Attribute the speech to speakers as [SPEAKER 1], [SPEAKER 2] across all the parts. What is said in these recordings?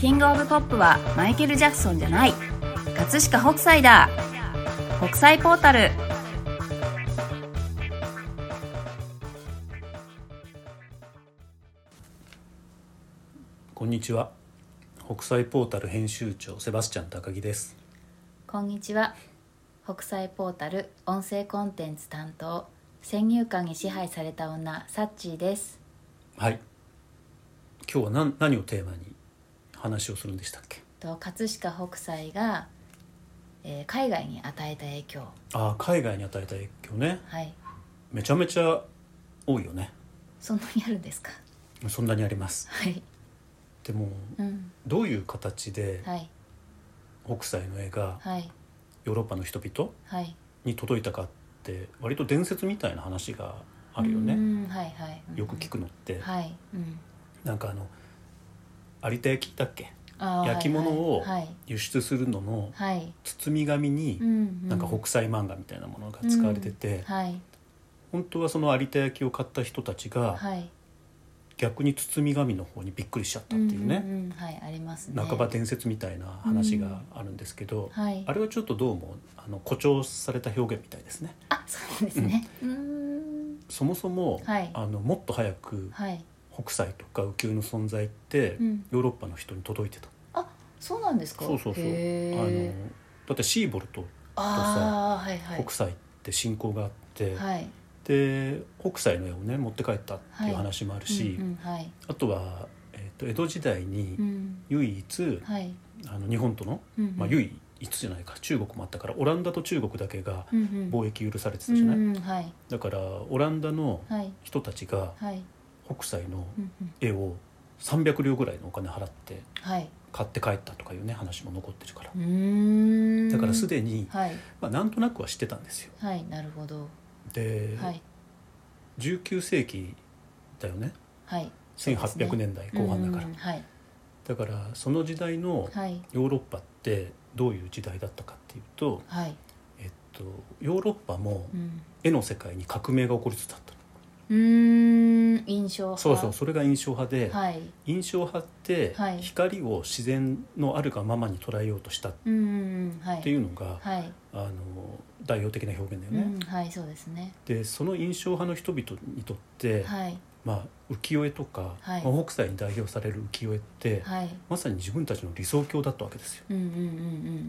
[SPEAKER 1] キングオブポップはマイケル・ジャクソンじゃない葛飾北斎だ国際ポータル
[SPEAKER 2] こんにちは北斎ポータル編集長セバスチャン高木です
[SPEAKER 1] こんにちは北斎ポータル音声コンテンツ担当先入観に支配された女サッチーです
[SPEAKER 2] はい今日は何何をテーマに話をするんでしたっけ
[SPEAKER 1] と葛飾北斎が、えー海外に与えた影響
[SPEAKER 2] ああ海外に与えた影響ね
[SPEAKER 1] はい
[SPEAKER 2] めちゃめちゃ多いよね
[SPEAKER 1] そんなにあるんですか
[SPEAKER 2] そんなにあります
[SPEAKER 1] はい
[SPEAKER 2] でも
[SPEAKER 1] うん
[SPEAKER 2] どういう形で
[SPEAKER 1] はい
[SPEAKER 2] 北斎の絵が
[SPEAKER 1] はい
[SPEAKER 2] ヨーロッパの人々
[SPEAKER 1] はい
[SPEAKER 2] に届いたかって割と伝説みたいな話があるよ
[SPEAKER 1] う
[SPEAKER 2] ね
[SPEAKER 1] んはいはい
[SPEAKER 2] よく聞くのって
[SPEAKER 1] はい、うん、
[SPEAKER 2] なんかあの有田焼だっけ
[SPEAKER 1] あー
[SPEAKER 2] 焼き物を
[SPEAKER 1] はいはい
[SPEAKER 2] 輸出するのの
[SPEAKER 1] はい、はい
[SPEAKER 2] 包み紙に
[SPEAKER 1] うん
[SPEAKER 2] なんか北斎漫画みたいなものが使われてて、
[SPEAKER 1] はい
[SPEAKER 2] 本当はその有田焼を買った人たちが
[SPEAKER 1] はい
[SPEAKER 2] 逆に包み紙の方にびっくりしちゃったっていうね、
[SPEAKER 1] んんんはいありますね
[SPEAKER 2] 半ば伝説みたいな話があるんですけど、
[SPEAKER 1] はい
[SPEAKER 2] あれはちょっとどうもあの誇張された表現みたいですね。
[SPEAKER 1] あそうなんですねうーん
[SPEAKER 2] そもそも、
[SPEAKER 1] はい
[SPEAKER 2] あのもっと早く
[SPEAKER 1] はい
[SPEAKER 2] 北斎とか右球の存在って、
[SPEAKER 1] うん
[SPEAKER 2] ヨーロッパの人に届いてた。
[SPEAKER 1] そうなんですか
[SPEAKER 2] そうそうそう。あの
[SPEAKER 1] へー
[SPEAKER 2] だってシーボルト
[SPEAKER 1] ああーはいはい
[SPEAKER 2] 北斎って信仰があって、
[SPEAKER 1] はい
[SPEAKER 2] で北斎の絵をね持って帰ったっていう話もあるし、
[SPEAKER 1] うんうんはい
[SPEAKER 2] あとは、えー、と江戸時代に
[SPEAKER 1] うん
[SPEAKER 2] 唯一、
[SPEAKER 1] はい
[SPEAKER 2] あの日本との、
[SPEAKER 1] うんうん
[SPEAKER 2] まあ、唯一じゃないか中国もあったからオランダと中国だけが
[SPEAKER 1] うんうん
[SPEAKER 2] 貿易許されてたじゃない、
[SPEAKER 1] うんうんはい
[SPEAKER 2] だからオランダの
[SPEAKER 1] はい
[SPEAKER 2] 人たちが
[SPEAKER 1] はい
[SPEAKER 2] 北斎の
[SPEAKER 1] うんうん
[SPEAKER 2] 絵を300両ぐらいのお金払って
[SPEAKER 1] はい
[SPEAKER 2] 買って帰ったとかいうね話も残ってるから
[SPEAKER 1] うーん
[SPEAKER 2] だからすでに、
[SPEAKER 1] はい
[SPEAKER 2] まあ、なんとなくは知ってたんですよ
[SPEAKER 1] はいなるほど
[SPEAKER 2] で、
[SPEAKER 1] はい
[SPEAKER 2] 19世紀だよね
[SPEAKER 1] はい
[SPEAKER 2] 1800年代後半だから、
[SPEAKER 1] うんうんはい
[SPEAKER 2] だからその時代の
[SPEAKER 1] はい
[SPEAKER 2] ヨーロッパってどういう時代だったかっていうと、
[SPEAKER 1] はい
[SPEAKER 2] えっと、ヨーロッパも
[SPEAKER 1] うん
[SPEAKER 2] 絵の世界に革命が起こりつつあった、
[SPEAKER 1] うーん印象派
[SPEAKER 2] そうそうそれが印象派で、
[SPEAKER 1] はい
[SPEAKER 2] 印象派って
[SPEAKER 1] はい
[SPEAKER 2] 光を自然のあるがままに捉えようとしたっ
[SPEAKER 1] うんうんうんはい
[SPEAKER 2] ていうのが、
[SPEAKER 1] はい
[SPEAKER 2] あの代表的な表現だよ
[SPEAKER 1] う
[SPEAKER 2] ね、
[SPEAKER 1] んはいそうですね
[SPEAKER 2] でその印象派の人々にとって、
[SPEAKER 1] はい
[SPEAKER 2] まあ、浮世絵とか、
[SPEAKER 1] はい
[SPEAKER 2] まあ北斎に代表される浮世絵って、
[SPEAKER 1] はい
[SPEAKER 2] まさに自分たちの理想郷だったわけですよ、
[SPEAKER 1] うんうんうんう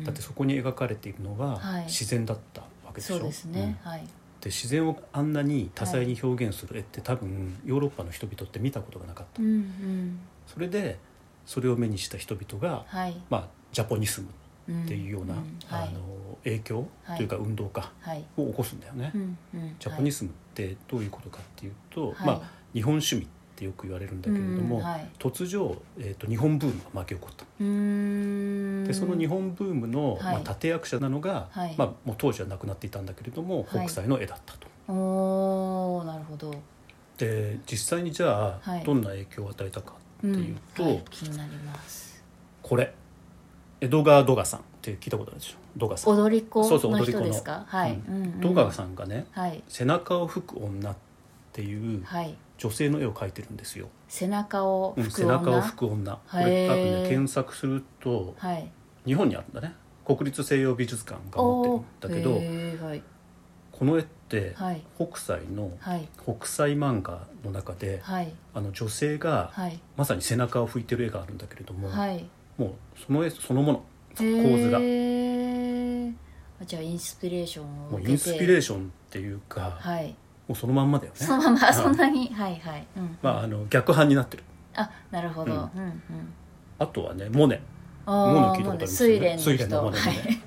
[SPEAKER 1] ん
[SPEAKER 2] だってそこに描かれているのが
[SPEAKER 1] はい
[SPEAKER 2] 自然だったわけでしょ、
[SPEAKER 1] そうです
[SPEAKER 2] うん
[SPEAKER 1] ねはい
[SPEAKER 2] で自然をあんなに多彩に表現する絵って多分ヨーロッパの人々って見たことがなかった、
[SPEAKER 1] うんうん
[SPEAKER 2] それでそれを目にした人々が、
[SPEAKER 1] はい
[SPEAKER 2] まあ、ジャポニスム
[SPEAKER 1] っ
[SPEAKER 2] っていうような、
[SPEAKER 1] は
[SPEAKER 2] あ
[SPEAKER 1] い
[SPEAKER 2] の影響というか運動家
[SPEAKER 1] はい
[SPEAKER 2] を起こすんだよね、
[SPEAKER 1] うんうん
[SPEAKER 2] ジャポニ
[SPEAKER 1] ス
[SPEAKER 2] スムってどういうことかっていうと、
[SPEAKER 1] はい
[SPEAKER 2] まあ、日本趣味ってよく言われるんだけれども、
[SPEAKER 1] うんはい
[SPEAKER 2] 突如、えー、と日本ブームが巻き起こった。
[SPEAKER 1] うーん
[SPEAKER 2] でその日本ブームの、
[SPEAKER 1] はい
[SPEAKER 2] まあ、立役者なのが、
[SPEAKER 1] はい
[SPEAKER 2] まあ、もう当時は亡くなっていたんだけれども、
[SPEAKER 1] は
[SPEAKER 2] 北
[SPEAKER 1] い
[SPEAKER 2] 斎の絵だったと。
[SPEAKER 1] おーなるほど
[SPEAKER 2] で実際にじゃあ、
[SPEAKER 1] はい
[SPEAKER 2] どんな影響を与えたかって
[SPEAKER 1] ん
[SPEAKER 2] いうと、
[SPEAKER 1] はい気になります
[SPEAKER 2] これエドガー・ドガさんって聞いたことあるでしょドガさん。
[SPEAKER 1] 踊り子
[SPEAKER 2] そうそう
[SPEAKER 1] の
[SPEAKER 2] 踊り子
[SPEAKER 1] 人
[SPEAKER 2] の
[SPEAKER 1] ですかはい
[SPEAKER 2] うん
[SPEAKER 1] うんうん
[SPEAKER 2] ドガさんがね
[SPEAKER 1] はい
[SPEAKER 2] 「背中を吹く女」っていう
[SPEAKER 1] はい
[SPEAKER 2] 女性の絵を描いてるんですよ。
[SPEAKER 1] 背中を
[SPEAKER 2] うん
[SPEAKER 1] 拭く
[SPEAKER 2] 背
[SPEAKER 1] 女
[SPEAKER 2] 中を拭く女これ多分
[SPEAKER 1] へー
[SPEAKER 2] ね検索すると
[SPEAKER 1] はい
[SPEAKER 2] 日本にあるんだね国立西洋美術館が持ってるんだけ
[SPEAKER 1] お
[SPEAKER 2] ど
[SPEAKER 1] ーへーはい
[SPEAKER 2] この絵って
[SPEAKER 1] はい
[SPEAKER 2] 北斎の
[SPEAKER 1] はい
[SPEAKER 2] 北斎漫画の中で
[SPEAKER 1] はい
[SPEAKER 2] あの女性が
[SPEAKER 1] はい
[SPEAKER 2] まさに背中を拭いてる絵があるんだけれども
[SPEAKER 1] はい
[SPEAKER 2] もうその絵そのもの構図が
[SPEAKER 1] へーじゃあインスピレーションを
[SPEAKER 2] もうイ
[SPEAKER 1] 受けて
[SPEAKER 2] ンスピレーションっていうか
[SPEAKER 1] はい
[SPEAKER 2] もうそのまんまだよね
[SPEAKER 1] そのまま
[SPEAKER 2] うん
[SPEAKER 1] そんなにはいはいうん
[SPEAKER 2] まああの逆版になってる
[SPEAKER 1] あなるほど
[SPEAKER 2] う
[SPEAKER 1] うんんうん
[SPEAKER 2] あとはねモネ
[SPEAKER 1] あー
[SPEAKER 2] モネ聞いたことありますよね
[SPEAKER 1] 睡蓮
[SPEAKER 2] 睡蓮の
[SPEAKER 1] の
[SPEAKER 2] モネ
[SPEAKER 1] 人
[SPEAKER 2] のね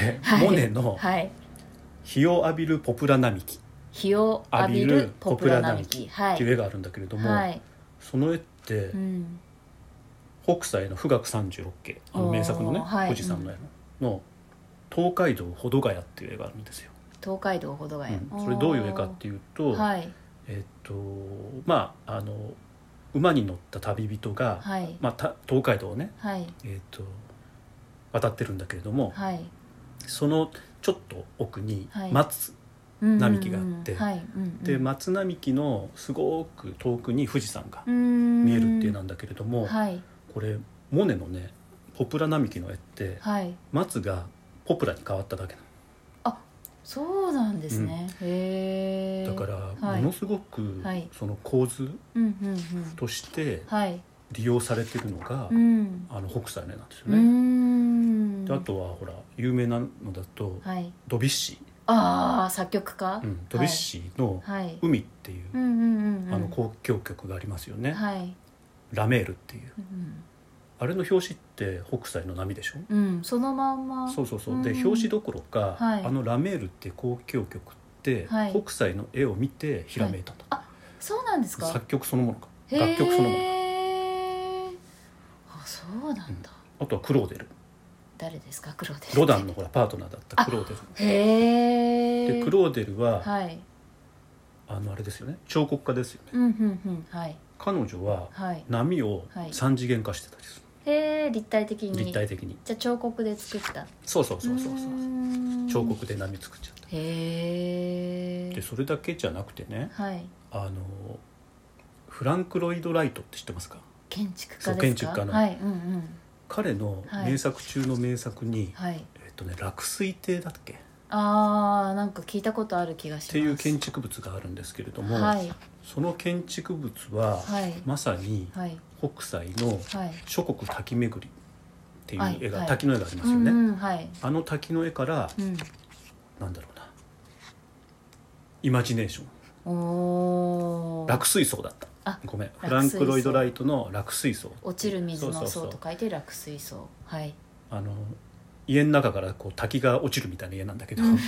[SPEAKER 2] で
[SPEAKER 1] はい
[SPEAKER 2] モネの
[SPEAKER 1] はいはい
[SPEAKER 2] 「日を浴びるポプラ並木」
[SPEAKER 1] 日を浴
[SPEAKER 2] 浴
[SPEAKER 1] び
[SPEAKER 2] び
[SPEAKER 1] る
[SPEAKER 2] る
[SPEAKER 1] ポ
[SPEAKER 2] ポ
[SPEAKER 1] プ
[SPEAKER 2] プ
[SPEAKER 1] ラ
[SPEAKER 2] ラ
[SPEAKER 1] 並
[SPEAKER 2] 並
[SPEAKER 1] 木
[SPEAKER 2] 木
[SPEAKER 1] は
[SPEAKER 2] ってい
[SPEAKER 1] いう
[SPEAKER 2] 絵があるんだけれども、
[SPEAKER 1] はい
[SPEAKER 2] その絵って
[SPEAKER 1] うん
[SPEAKER 2] 北斎の「富岳三十六景」あの名作のね
[SPEAKER 1] おーはい
[SPEAKER 2] 富士山の絵の,、の東海道保土ヶ谷っていう絵があるんですよ。
[SPEAKER 1] 東海道ほどがや
[SPEAKER 2] うんそれどういう絵かっていうと、
[SPEAKER 1] はい
[SPEAKER 2] えっとまああの馬に乗った旅人が、
[SPEAKER 1] はい
[SPEAKER 2] まあ、た東海道をね、
[SPEAKER 1] はい
[SPEAKER 2] えっと渡ってるんだけれども、
[SPEAKER 1] はい
[SPEAKER 2] そのちょっと奥に
[SPEAKER 1] はい
[SPEAKER 2] 松、並木があって
[SPEAKER 1] うんうんうんはいうんうん
[SPEAKER 2] で松並木のすごく遠くに富士山が
[SPEAKER 1] うん
[SPEAKER 2] 見えるっていうなんだけれども、
[SPEAKER 1] はい
[SPEAKER 2] これモネのねポプラ並木の絵って
[SPEAKER 1] はい
[SPEAKER 2] 松がポプラに変わっただけな
[SPEAKER 1] そうなんですね、へえ
[SPEAKER 2] のだから
[SPEAKER 1] はい
[SPEAKER 2] ものすごく
[SPEAKER 1] はい
[SPEAKER 2] その構図
[SPEAKER 1] うんうんうん
[SPEAKER 2] として
[SPEAKER 1] はい
[SPEAKER 2] 利用されてるのが、
[SPEAKER 1] うん
[SPEAKER 2] あの北斎の絵なんです
[SPEAKER 1] う
[SPEAKER 2] よ
[SPEAKER 1] ー
[SPEAKER 2] ね。
[SPEAKER 1] ん
[SPEAKER 2] であとはほら有名なのだと
[SPEAKER 1] はい
[SPEAKER 2] ドビュッシ
[SPEAKER 1] ああ作曲家
[SPEAKER 2] ー、うん、ドビュッシーの
[SPEAKER 1] はい
[SPEAKER 2] 「海」っていう、
[SPEAKER 1] うんうんうんうん
[SPEAKER 2] あの交響曲がありますよね、
[SPEAKER 1] はい
[SPEAKER 2] ラメールっていう
[SPEAKER 1] うん
[SPEAKER 2] あれの表紙って北斎の波でしょ、
[SPEAKER 1] うんそのまんま
[SPEAKER 2] そうそうそうで
[SPEAKER 1] うん
[SPEAKER 2] 表紙どころか、
[SPEAKER 1] はい
[SPEAKER 2] あのラメールって交響曲って、
[SPEAKER 1] はい
[SPEAKER 2] 北斎の絵を見てひらめいたと、
[SPEAKER 1] そうなんですか
[SPEAKER 2] 作曲そのものか
[SPEAKER 1] へー
[SPEAKER 2] 楽曲そのもの
[SPEAKER 1] あそうなんだ、
[SPEAKER 2] あとはクローデル
[SPEAKER 1] 誰ですかクローデル
[SPEAKER 2] ロダンのほらパートナーだったクローデ
[SPEAKER 1] へ
[SPEAKER 2] ル
[SPEAKER 1] え
[SPEAKER 2] でクローデルは、
[SPEAKER 1] はい
[SPEAKER 2] あのあれですよね彫刻家ですよね
[SPEAKER 1] うんうんうんはい
[SPEAKER 2] 彼女は
[SPEAKER 1] はい
[SPEAKER 2] 波を
[SPEAKER 1] はい
[SPEAKER 2] 三次元化してたりす
[SPEAKER 1] へえ立体的
[SPEAKER 2] る、
[SPEAKER 1] に
[SPEAKER 2] 立体的に
[SPEAKER 1] じゃあ彫刻で作った
[SPEAKER 2] そうそうそうそうそう
[SPEAKER 1] ーん
[SPEAKER 2] 彫刻で波作っちゃっ
[SPEAKER 1] へ
[SPEAKER 2] たで
[SPEAKER 1] え
[SPEAKER 2] それだけじゃなくてね
[SPEAKER 1] はい
[SPEAKER 2] あのフランク・ロイド・ライトって知ってますか
[SPEAKER 1] 建築
[SPEAKER 2] そ
[SPEAKER 1] 家です
[SPEAKER 2] う建築
[SPEAKER 1] か
[SPEAKER 2] 家の
[SPEAKER 1] はいうんうん
[SPEAKER 2] 彼の
[SPEAKER 1] はい
[SPEAKER 2] 名作中の名作に、
[SPEAKER 1] はい
[SPEAKER 2] えっとね「落水亭」だっけっ
[SPEAKER 1] あーなんか聞いたことある気がします
[SPEAKER 2] ていう建築
[SPEAKER 1] 築
[SPEAKER 2] 物があるんですけれども、
[SPEAKER 1] はい
[SPEAKER 2] その建築物は、
[SPEAKER 1] はい
[SPEAKER 2] まさに
[SPEAKER 1] はい
[SPEAKER 2] 北斎の
[SPEAKER 1] はい
[SPEAKER 2] 「諸国滝巡り」っていう絵が、
[SPEAKER 1] はいはい
[SPEAKER 2] 滝の絵があります
[SPEAKER 1] う
[SPEAKER 2] よ
[SPEAKER 1] ん
[SPEAKER 2] ね、
[SPEAKER 1] うんはい
[SPEAKER 2] あの滝の絵から、
[SPEAKER 1] うん
[SPEAKER 2] なんだろうなイマジネーション
[SPEAKER 1] おー
[SPEAKER 2] 落水槽だった
[SPEAKER 1] あ
[SPEAKER 2] ごめん
[SPEAKER 1] 水槽
[SPEAKER 2] フランク・ロイド・ライトの落水槽
[SPEAKER 1] 落ちる水
[SPEAKER 2] そ
[SPEAKER 1] の
[SPEAKER 2] うそう
[SPEAKER 1] 層
[SPEAKER 2] そう
[SPEAKER 1] と書いて落水層はい
[SPEAKER 2] あの家の中からこう滝が落ちるみたいな家なんだけど、
[SPEAKER 1] うん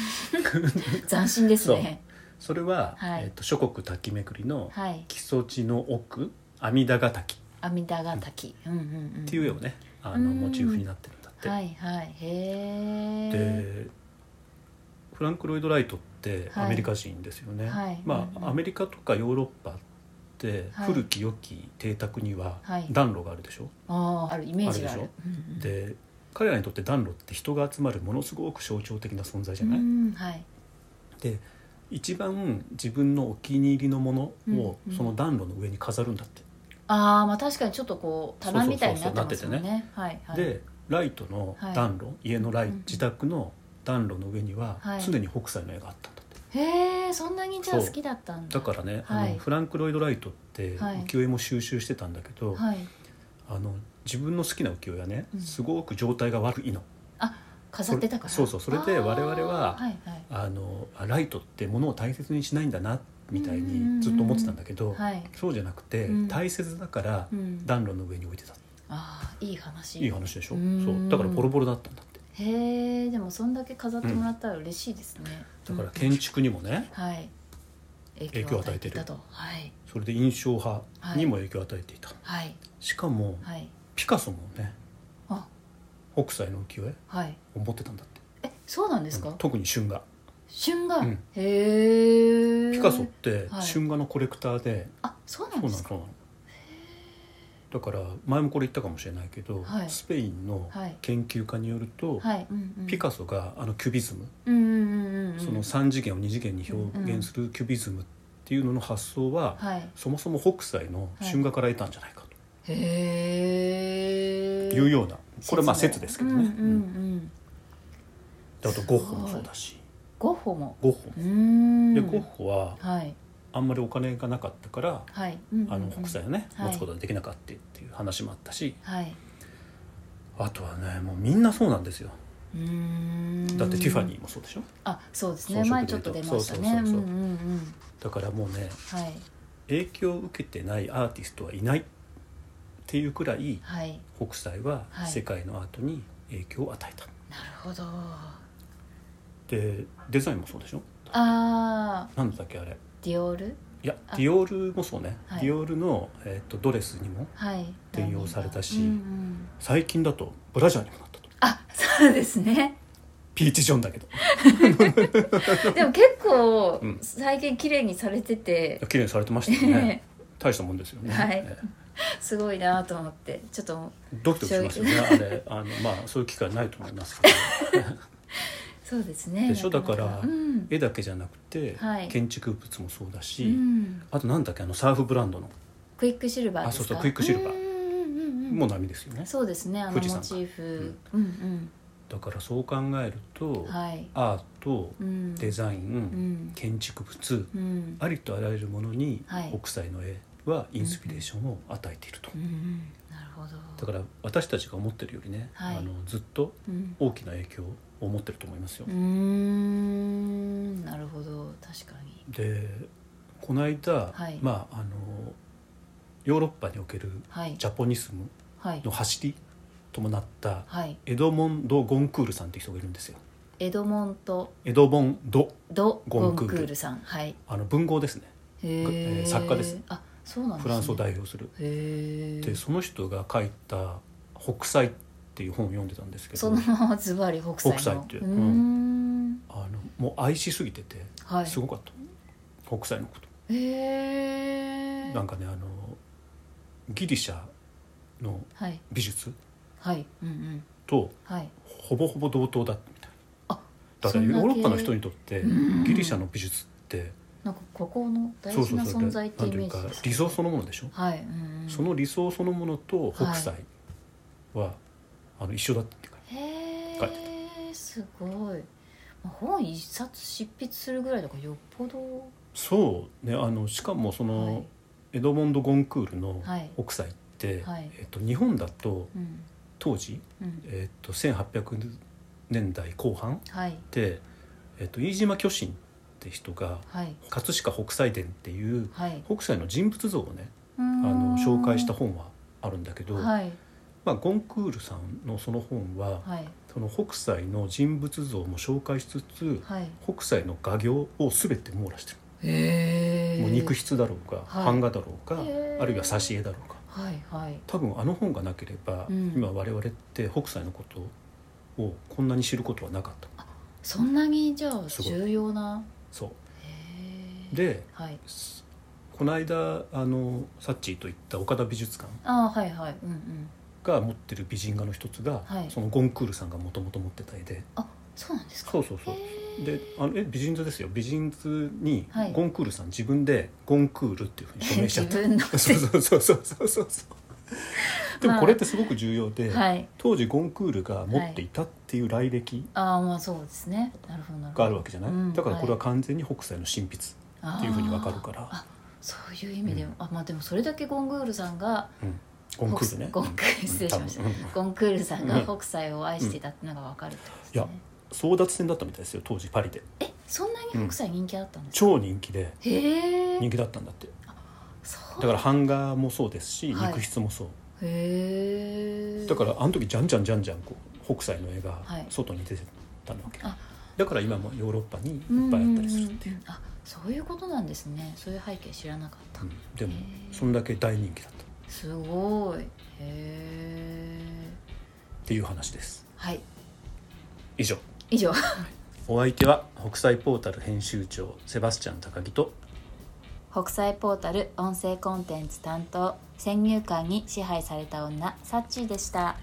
[SPEAKER 1] 斬新ですね
[SPEAKER 2] それは、
[SPEAKER 1] はい
[SPEAKER 2] えっと諸国滝巡りの
[SPEAKER 1] はい
[SPEAKER 2] 木曽地の奥阿弥陀ヶ滝っ
[SPEAKER 1] 阿弥陀ヶ滝うんうんうん
[SPEAKER 2] ていう絵をね、あの
[SPEAKER 1] うん
[SPEAKER 2] モチーフになってるんだって、
[SPEAKER 1] はいはいへえ
[SPEAKER 2] でフランク・ロイド・ライトって
[SPEAKER 1] はい
[SPEAKER 2] アメリカ人ですよね、
[SPEAKER 1] はい
[SPEAKER 2] ま
[SPEAKER 1] うん
[SPEAKER 2] あ
[SPEAKER 1] うん
[SPEAKER 2] アメリカとかヨーロッパって
[SPEAKER 1] はい
[SPEAKER 2] 古き良き邸宅には
[SPEAKER 1] はい
[SPEAKER 2] 暖炉があるでしょ、
[SPEAKER 1] あーあるイメージがある
[SPEAKER 2] ある
[SPEAKER 1] うんうん
[SPEAKER 2] で彼らにとって暖炉って人が集まるものすごく象徴的な存在じゃない、
[SPEAKER 1] うんはい
[SPEAKER 2] で一番自分のお気に入りのものを
[SPEAKER 1] うんうん
[SPEAKER 2] その暖炉の上に飾るんだって、
[SPEAKER 1] ああまあ確かにちょっとこう棚みたいになってますもん
[SPEAKER 2] そうそうそうそうなってて
[SPEAKER 1] ねはいはい
[SPEAKER 2] でライトの暖炉、家のライ
[SPEAKER 1] うんうん
[SPEAKER 2] 自宅の暖炉の上には
[SPEAKER 1] はい
[SPEAKER 2] 常に北斎の絵があったんだって、
[SPEAKER 1] へえそんなにじゃあ
[SPEAKER 2] そう
[SPEAKER 1] 好きだったんだ
[SPEAKER 2] だからね、
[SPEAKER 1] は
[SPEAKER 2] あ
[SPEAKER 1] い
[SPEAKER 2] のフランク・ロイド・ライトって
[SPEAKER 1] はい
[SPEAKER 2] 浮世絵も収集してたんだけど、
[SPEAKER 1] はい
[SPEAKER 2] あの自分の好きな浮世絵はね、
[SPEAKER 1] うん
[SPEAKER 2] すごく状態が悪いの
[SPEAKER 1] 飾ってたから
[SPEAKER 2] それそうそうそれで
[SPEAKER 1] あー
[SPEAKER 2] 我々は
[SPEAKER 1] はいはい
[SPEAKER 2] あのあライトってものを大切にしないんだなみたい
[SPEAKER 1] うんうんうん
[SPEAKER 2] にずっと思ってたんだけど、
[SPEAKER 1] はい
[SPEAKER 2] そうじゃなくて、
[SPEAKER 1] うん
[SPEAKER 2] 大切だから
[SPEAKER 1] うん
[SPEAKER 2] 暖炉の上に置いてた、
[SPEAKER 1] ああいい話
[SPEAKER 2] いい話でしょ、
[SPEAKER 1] うん
[SPEAKER 2] そうだからボロボロだったんだって
[SPEAKER 1] へえでもそんだけ飾ってもらったら嬉しいですね、
[SPEAKER 2] だから
[SPEAKER 1] うん
[SPEAKER 2] 建築にもね、
[SPEAKER 1] はい影
[SPEAKER 2] 影響を与えてる
[SPEAKER 1] たとはい
[SPEAKER 2] それで印象派にも影響を与えていた、
[SPEAKER 1] はい
[SPEAKER 2] しかも
[SPEAKER 1] はい
[SPEAKER 2] ピカソもね
[SPEAKER 1] あ
[SPEAKER 2] 北斎の浮世絵
[SPEAKER 1] はい
[SPEAKER 2] を持ってたんだって
[SPEAKER 1] えそうなんですか、
[SPEAKER 2] うん特に春画
[SPEAKER 1] 春画、
[SPEAKER 2] うん
[SPEAKER 1] へえ
[SPEAKER 2] ピカソって
[SPEAKER 1] はい
[SPEAKER 2] 春画のコレクターで、
[SPEAKER 1] あそうな
[SPEAKER 2] そ
[SPEAKER 1] ん
[SPEAKER 2] うな
[SPEAKER 1] で
[SPEAKER 2] の
[SPEAKER 1] すか
[SPEAKER 2] そうなのだから前もこれ言ったかもしれないけど、
[SPEAKER 1] はい
[SPEAKER 2] スペインの
[SPEAKER 1] はい
[SPEAKER 2] 研究家によると、
[SPEAKER 1] はい、うんうん、
[SPEAKER 2] ピカソがあのキュビズム、
[SPEAKER 1] うんうんうんうん
[SPEAKER 2] その3次元を2次元に表現するキュビズムっていうのの発想は、
[SPEAKER 1] はい
[SPEAKER 2] そもそも北斎の春画から得たんじゃないか
[SPEAKER 1] へ
[SPEAKER 2] と
[SPEAKER 1] え
[SPEAKER 2] いうような、これはまあ説
[SPEAKER 1] も
[SPEAKER 2] ですけどね、
[SPEAKER 1] うんうんうん
[SPEAKER 2] であとゴッホもそうだし
[SPEAKER 1] ゴッホも
[SPEAKER 2] ゴッホも
[SPEAKER 1] うーん
[SPEAKER 2] でゴッホは
[SPEAKER 1] はい
[SPEAKER 2] あんまりお金がなかったから、
[SPEAKER 1] はい、うんうんうん
[SPEAKER 2] あの北斎をね、
[SPEAKER 1] はい
[SPEAKER 2] 持つことができなかったっていう話もあったし
[SPEAKER 1] はい
[SPEAKER 2] あとはねもうみんなそうなんですよ
[SPEAKER 1] うーん
[SPEAKER 2] だってティファニーもそうでしょ
[SPEAKER 1] あそうですね
[SPEAKER 2] 装飾
[SPEAKER 1] 前ちょっと出ましたね
[SPEAKER 2] そうそうそうそう
[SPEAKER 1] うんうんうん
[SPEAKER 2] だからもうね
[SPEAKER 1] はい
[SPEAKER 2] 影響を受けてないアーティストはいないっていうくらい
[SPEAKER 1] はい
[SPEAKER 2] 北斎は
[SPEAKER 1] はい
[SPEAKER 2] 世界のアートに影響を与えた、
[SPEAKER 1] なるほど
[SPEAKER 2] でデザインもそうでしょ
[SPEAKER 1] あー
[SPEAKER 2] なんだっけあれ
[SPEAKER 1] ディオール
[SPEAKER 2] いや
[SPEAKER 1] あ
[SPEAKER 2] ディオールもそうね、
[SPEAKER 1] はい
[SPEAKER 2] ディオールの、えっとドレスにも
[SPEAKER 1] はい
[SPEAKER 2] 転用されたし
[SPEAKER 1] うんうん
[SPEAKER 2] 最近だとブラジャーにもなったと
[SPEAKER 1] あそうですね
[SPEAKER 2] ピーチジョン だけど
[SPEAKER 1] でも結構
[SPEAKER 2] うん
[SPEAKER 1] 最近綺麗にされてて、
[SPEAKER 2] 綺麗にされてましたよね大したもんですよね、
[SPEAKER 1] はい
[SPEAKER 2] ええ
[SPEAKER 1] すごいなと思ってちょっと
[SPEAKER 2] ドキドキしますよねあれあのまあそういう機会ないと思いますけど
[SPEAKER 1] そうですね
[SPEAKER 2] でしょ
[SPEAKER 1] なな
[SPEAKER 2] だから
[SPEAKER 1] うん
[SPEAKER 2] 絵だけじゃなくて、
[SPEAKER 1] はい
[SPEAKER 2] 建築物もそうだし、
[SPEAKER 1] うん
[SPEAKER 2] あとなんだっけあのサーフブランドの
[SPEAKER 1] クイックシルバーですか
[SPEAKER 2] あそうそうクイックシルバー
[SPEAKER 1] うんうんうんうんうん
[SPEAKER 2] も波ですよね、
[SPEAKER 1] そうですねあのモ
[SPEAKER 2] 富士山か
[SPEAKER 1] チーフ、うん
[SPEAKER 2] だからそう考える
[SPEAKER 1] う
[SPEAKER 2] と、
[SPEAKER 1] んはい、
[SPEAKER 2] アート
[SPEAKER 1] うん、
[SPEAKER 2] デザイン、
[SPEAKER 1] うん
[SPEAKER 2] 建築物
[SPEAKER 1] うん
[SPEAKER 2] ありとあらゆるものに
[SPEAKER 1] はい
[SPEAKER 2] 北斎の絵はインスピレーションを与えていると、
[SPEAKER 1] うんうん、なるほど
[SPEAKER 2] だから私たちが思ってるよりね、
[SPEAKER 1] はい
[SPEAKER 2] あのずっと
[SPEAKER 1] うん
[SPEAKER 2] 大きな影響を持ってると思いますよ
[SPEAKER 1] うー、んなるほど確かに
[SPEAKER 2] でこの間、
[SPEAKER 1] はい
[SPEAKER 2] まああのヨーロッパにおける
[SPEAKER 1] はい
[SPEAKER 2] ジャポニスム
[SPEAKER 1] はい
[SPEAKER 2] の走り伴った
[SPEAKER 1] はい
[SPEAKER 2] エドモンド・ゴンクールさんっていう人がいるんですよ
[SPEAKER 1] エドモント・
[SPEAKER 2] エドモンド
[SPEAKER 1] ド・ゴ
[SPEAKER 2] ゴ
[SPEAKER 1] ン
[SPEAKER 2] ン
[SPEAKER 1] ク
[SPEAKER 2] クール
[SPEAKER 1] ールさんはい
[SPEAKER 2] あの文豪ですね
[SPEAKER 1] へ
[SPEAKER 2] え
[SPEAKER 1] ー
[SPEAKER 2] ー作家です
[SPEAKER 1] あそうなんです、ね、
[SPEAKER 2] フランスを代表する、
[SPEAKER 1] へ
[SPEAKER 2] で
[SPEAKER 1] え
[SPEAKER 2] その人が書いた「北斎」っていう本を読んでたんですけ
[SPEAKER 1] そ
[SPEAKER 2] ど
[SPEAKER 1] のままズバリ北斎の
[SPEAKER 2] 北斎って
[SPEAKER 1] うー
[SPEAKER 2] うん
[SPEAKER 1] ん
[SPEAKER 2] あのもう愛しすぎてて
[SPEAKER 1] はい
[SPEAKER 2] すごかった、北斎のこと
[SPEAKER 1] へえ
[SPEAKER 2] なんかねあのギリシャの
[SPEAKER 1] はい
[SPEAKER 2] 美術
[SPEAKER 1] はいうんうん
[SPEAKER 2] と
[SPEAKER 1] はい
[SPEAKER 2] ほぼほぼ同等だったみたい
[SPEAKER 1] あ
[SPEAKER 2] だから
[SPEAKER 1] そんな系
[SPEAKER 2] ヨーロッパの人にとって
[SPEAKER 1] うん
[SPEAKER 2] ギリシャの美術って
[SPEAKER 1] なんかここの大事な存在って
[SPEAKER 2] なん
[SPEAKER 1] イ
[SPEAKER 2] て
[SPEAKER 1] メ
[SPEAKER 2] いう
[SPEAKER 1] ージ
[SPEAKER 2] か
[SPEAKER 1] です
[SPEAKER 2] 理想そのものでしょ、
[SPEAKER 1] はいうんうん
[SPEAKER 2] その理想そのものと北斎は、あの一緒だったっていうか
[SPEAKER 1] へ
[SPEAKER 2] 書い
[SPEAKER 1] えすごいまあ本一冊執筆するぐらいだからよっぽど
[SPEAKER 2] そうねあのしかもその、
[SPEAKER 1] はい
[SPEAKER 2] エドモンド・ゴンクールの
[SPEAKER 1] はい
[SPEAKER 2] 北斎って、
[SPEAKER 1] はい
[SPEAKER 2] えっと、日本だと
[SPEAKER 1] うん
[SPEAKER 2] 当時、
[SPEAKER 1] うん
[SPEAKER 2] えっと、1800年代後半っ
[SPEAKER 1] はい
[SPEAKER 2] て、えっと、飯島巨神って人が
[SPEAKER 1] はい
[SPEAKER 2] 葛飾北斎伝っていう
[SPEAKER 1] はい
[SPEAKER 2] 北斎の人物像をね
[SPEAKER 1] あ
[SPEAKER 2] あの紹介した本はあるんだけど、
[SPEAKER 1] はい
[SPEAKER 2] まあ、ゴンクールさんのその本は
[SPEAKER 1] はい
[SPEAKER 2] その北斎の人物像も紹介しつつ
[SPEAKER 1] はい
[SPEAKER 2] 北斎の画業を全て網羅してる。
[SPEAKER 1] へえ
[SPEAKER 2] もう肉筆だろうが、
[SPEAKER 1] はい
[SPEAKER 2] 版画だろうが、
[SPEAKER 1] へー
[SPEAKER 2] あるいは挿絵だろうが
[SPEAKER 1] はいはい
[SPEAKER 2] 多分あの本がなければ、
[SPEAKER 1] うん
[SPEAKER 2] 今我々って北斎のことをこんなに知ることはなかった
[SPEAKER 1] そんなにじゃあ
[SPEAKER 2] すごい
[SPEAKER 1] 重要な
[SPEAKER 2] そ
[SPEAKER 1] へ
[SPEAKER 2] う
[SPEAKER 1] え
[SPEAKER 2] で
[SPEAKER 1] はい
[SPEAKER 2] すこの間あのサッチーと行った岡田美術館
[SPEAKER 1] ああはいはいうんうん
[SPEAKER 2] が持ってる美人画の一つが、
[SPEAKER 1] はい
[SPEAKER 2] そのゴンクールさんがもともと持ってた絵で
[SPEAKER 1] あそうなんですか
[SPEAKER 2] そうそうそう
[SPEAKER 1] へえ
[SPEAKER 2] であのえ美人図ですよ美人図に
[SPEAKER 1] はい
[SPEAKER 2] ゴンクールさん自分でゴンクールっていうふうに署名しちゃっ
[SPEAKER 1] 自
[SPEAKER 2] た
[SPEAKER 1] 分の
[SPEAKER 2] そうそうそうそうそうそうそうでもこれってすごく重要で、
[SPEAKER 1] はい
[SPEAKER 2] 当時ゴンクールが持っていたっていう来歴
[SPEAKER 1] ああまあそうですねなるほどなるほ
[SPEAKER 2] が
[SPEAKER 1] ど
[SPEAKER 2] あるわけじゃない、
[SPEAKER 1] うん
[SPEAKER 2] だからこれは完全に北斎の真筆、っていうふうにわかるから
[SPEAKER 1] あーあそういう意味でも、
[SPEAKER 2] うん
[SPEAKER 1] あまあでもそれだけゴングールさんが
[SPEAKER 2] うん、ゴンクールね
[SPEAKER 1] ゴンクール失礼しました、
[SPEAKER 2] うん多分うん
[SPEAKER 1] ゴンクールさん
[SPEAKER 2] う
[SPEAKER 1] が
[SPEAKER 2] ん
[SPEAKER 1] 北斎を愛していたってのがわかるってことですね、
[SPEAKER 2] い争奪戦だったみたいですよ当時パリで
[SPEAKER 1] えそんなに北斎人気だったんですか、
[SPEAKER 2] 超人気で
[SPEAKER 1] へえ
[SPEAKER 2] 人気だったんだって
[SPEAKER 1] そう
[SPEAKER 2] だから版画もそうですし
[SPEAKER 1] はい
[SPEAKER 2] 肉筆もそう、
[SPEAKER 1] へえ
[SPEAKER 2] だからあの時じゃんじゃんじゃんじゃんこう北斎の絵が
[SPEAKER 1] はい
[SPEAKER 2] 外に出てたわけ、
[SPEAKER 1] あ
[SPEAKER 2] だから今もヨーロッパにいっぱいあったりするっていう,、
[SPEAKER 1] んんんんあそういうことなんですねそういう背景知らなかった、
[SPEAKER 2] うんでも
[SPEAKER 1] へえ
[SPEAKER 2] そんだけ大人気だったっ
[SPEAKER 1] すごいへえ
[SPEAKER 2] ていう話です
[SPEAKER 1] はい
[SPEAKER 2] 以上
[SPEAKER 1] 以上
[SPEAKER 2] お相手は北斎ポータル編集長セバスチャン高木と
[SPEAKER 1] 国際ポータル音声コンテンツ担当先入観に支配された女サッチーでした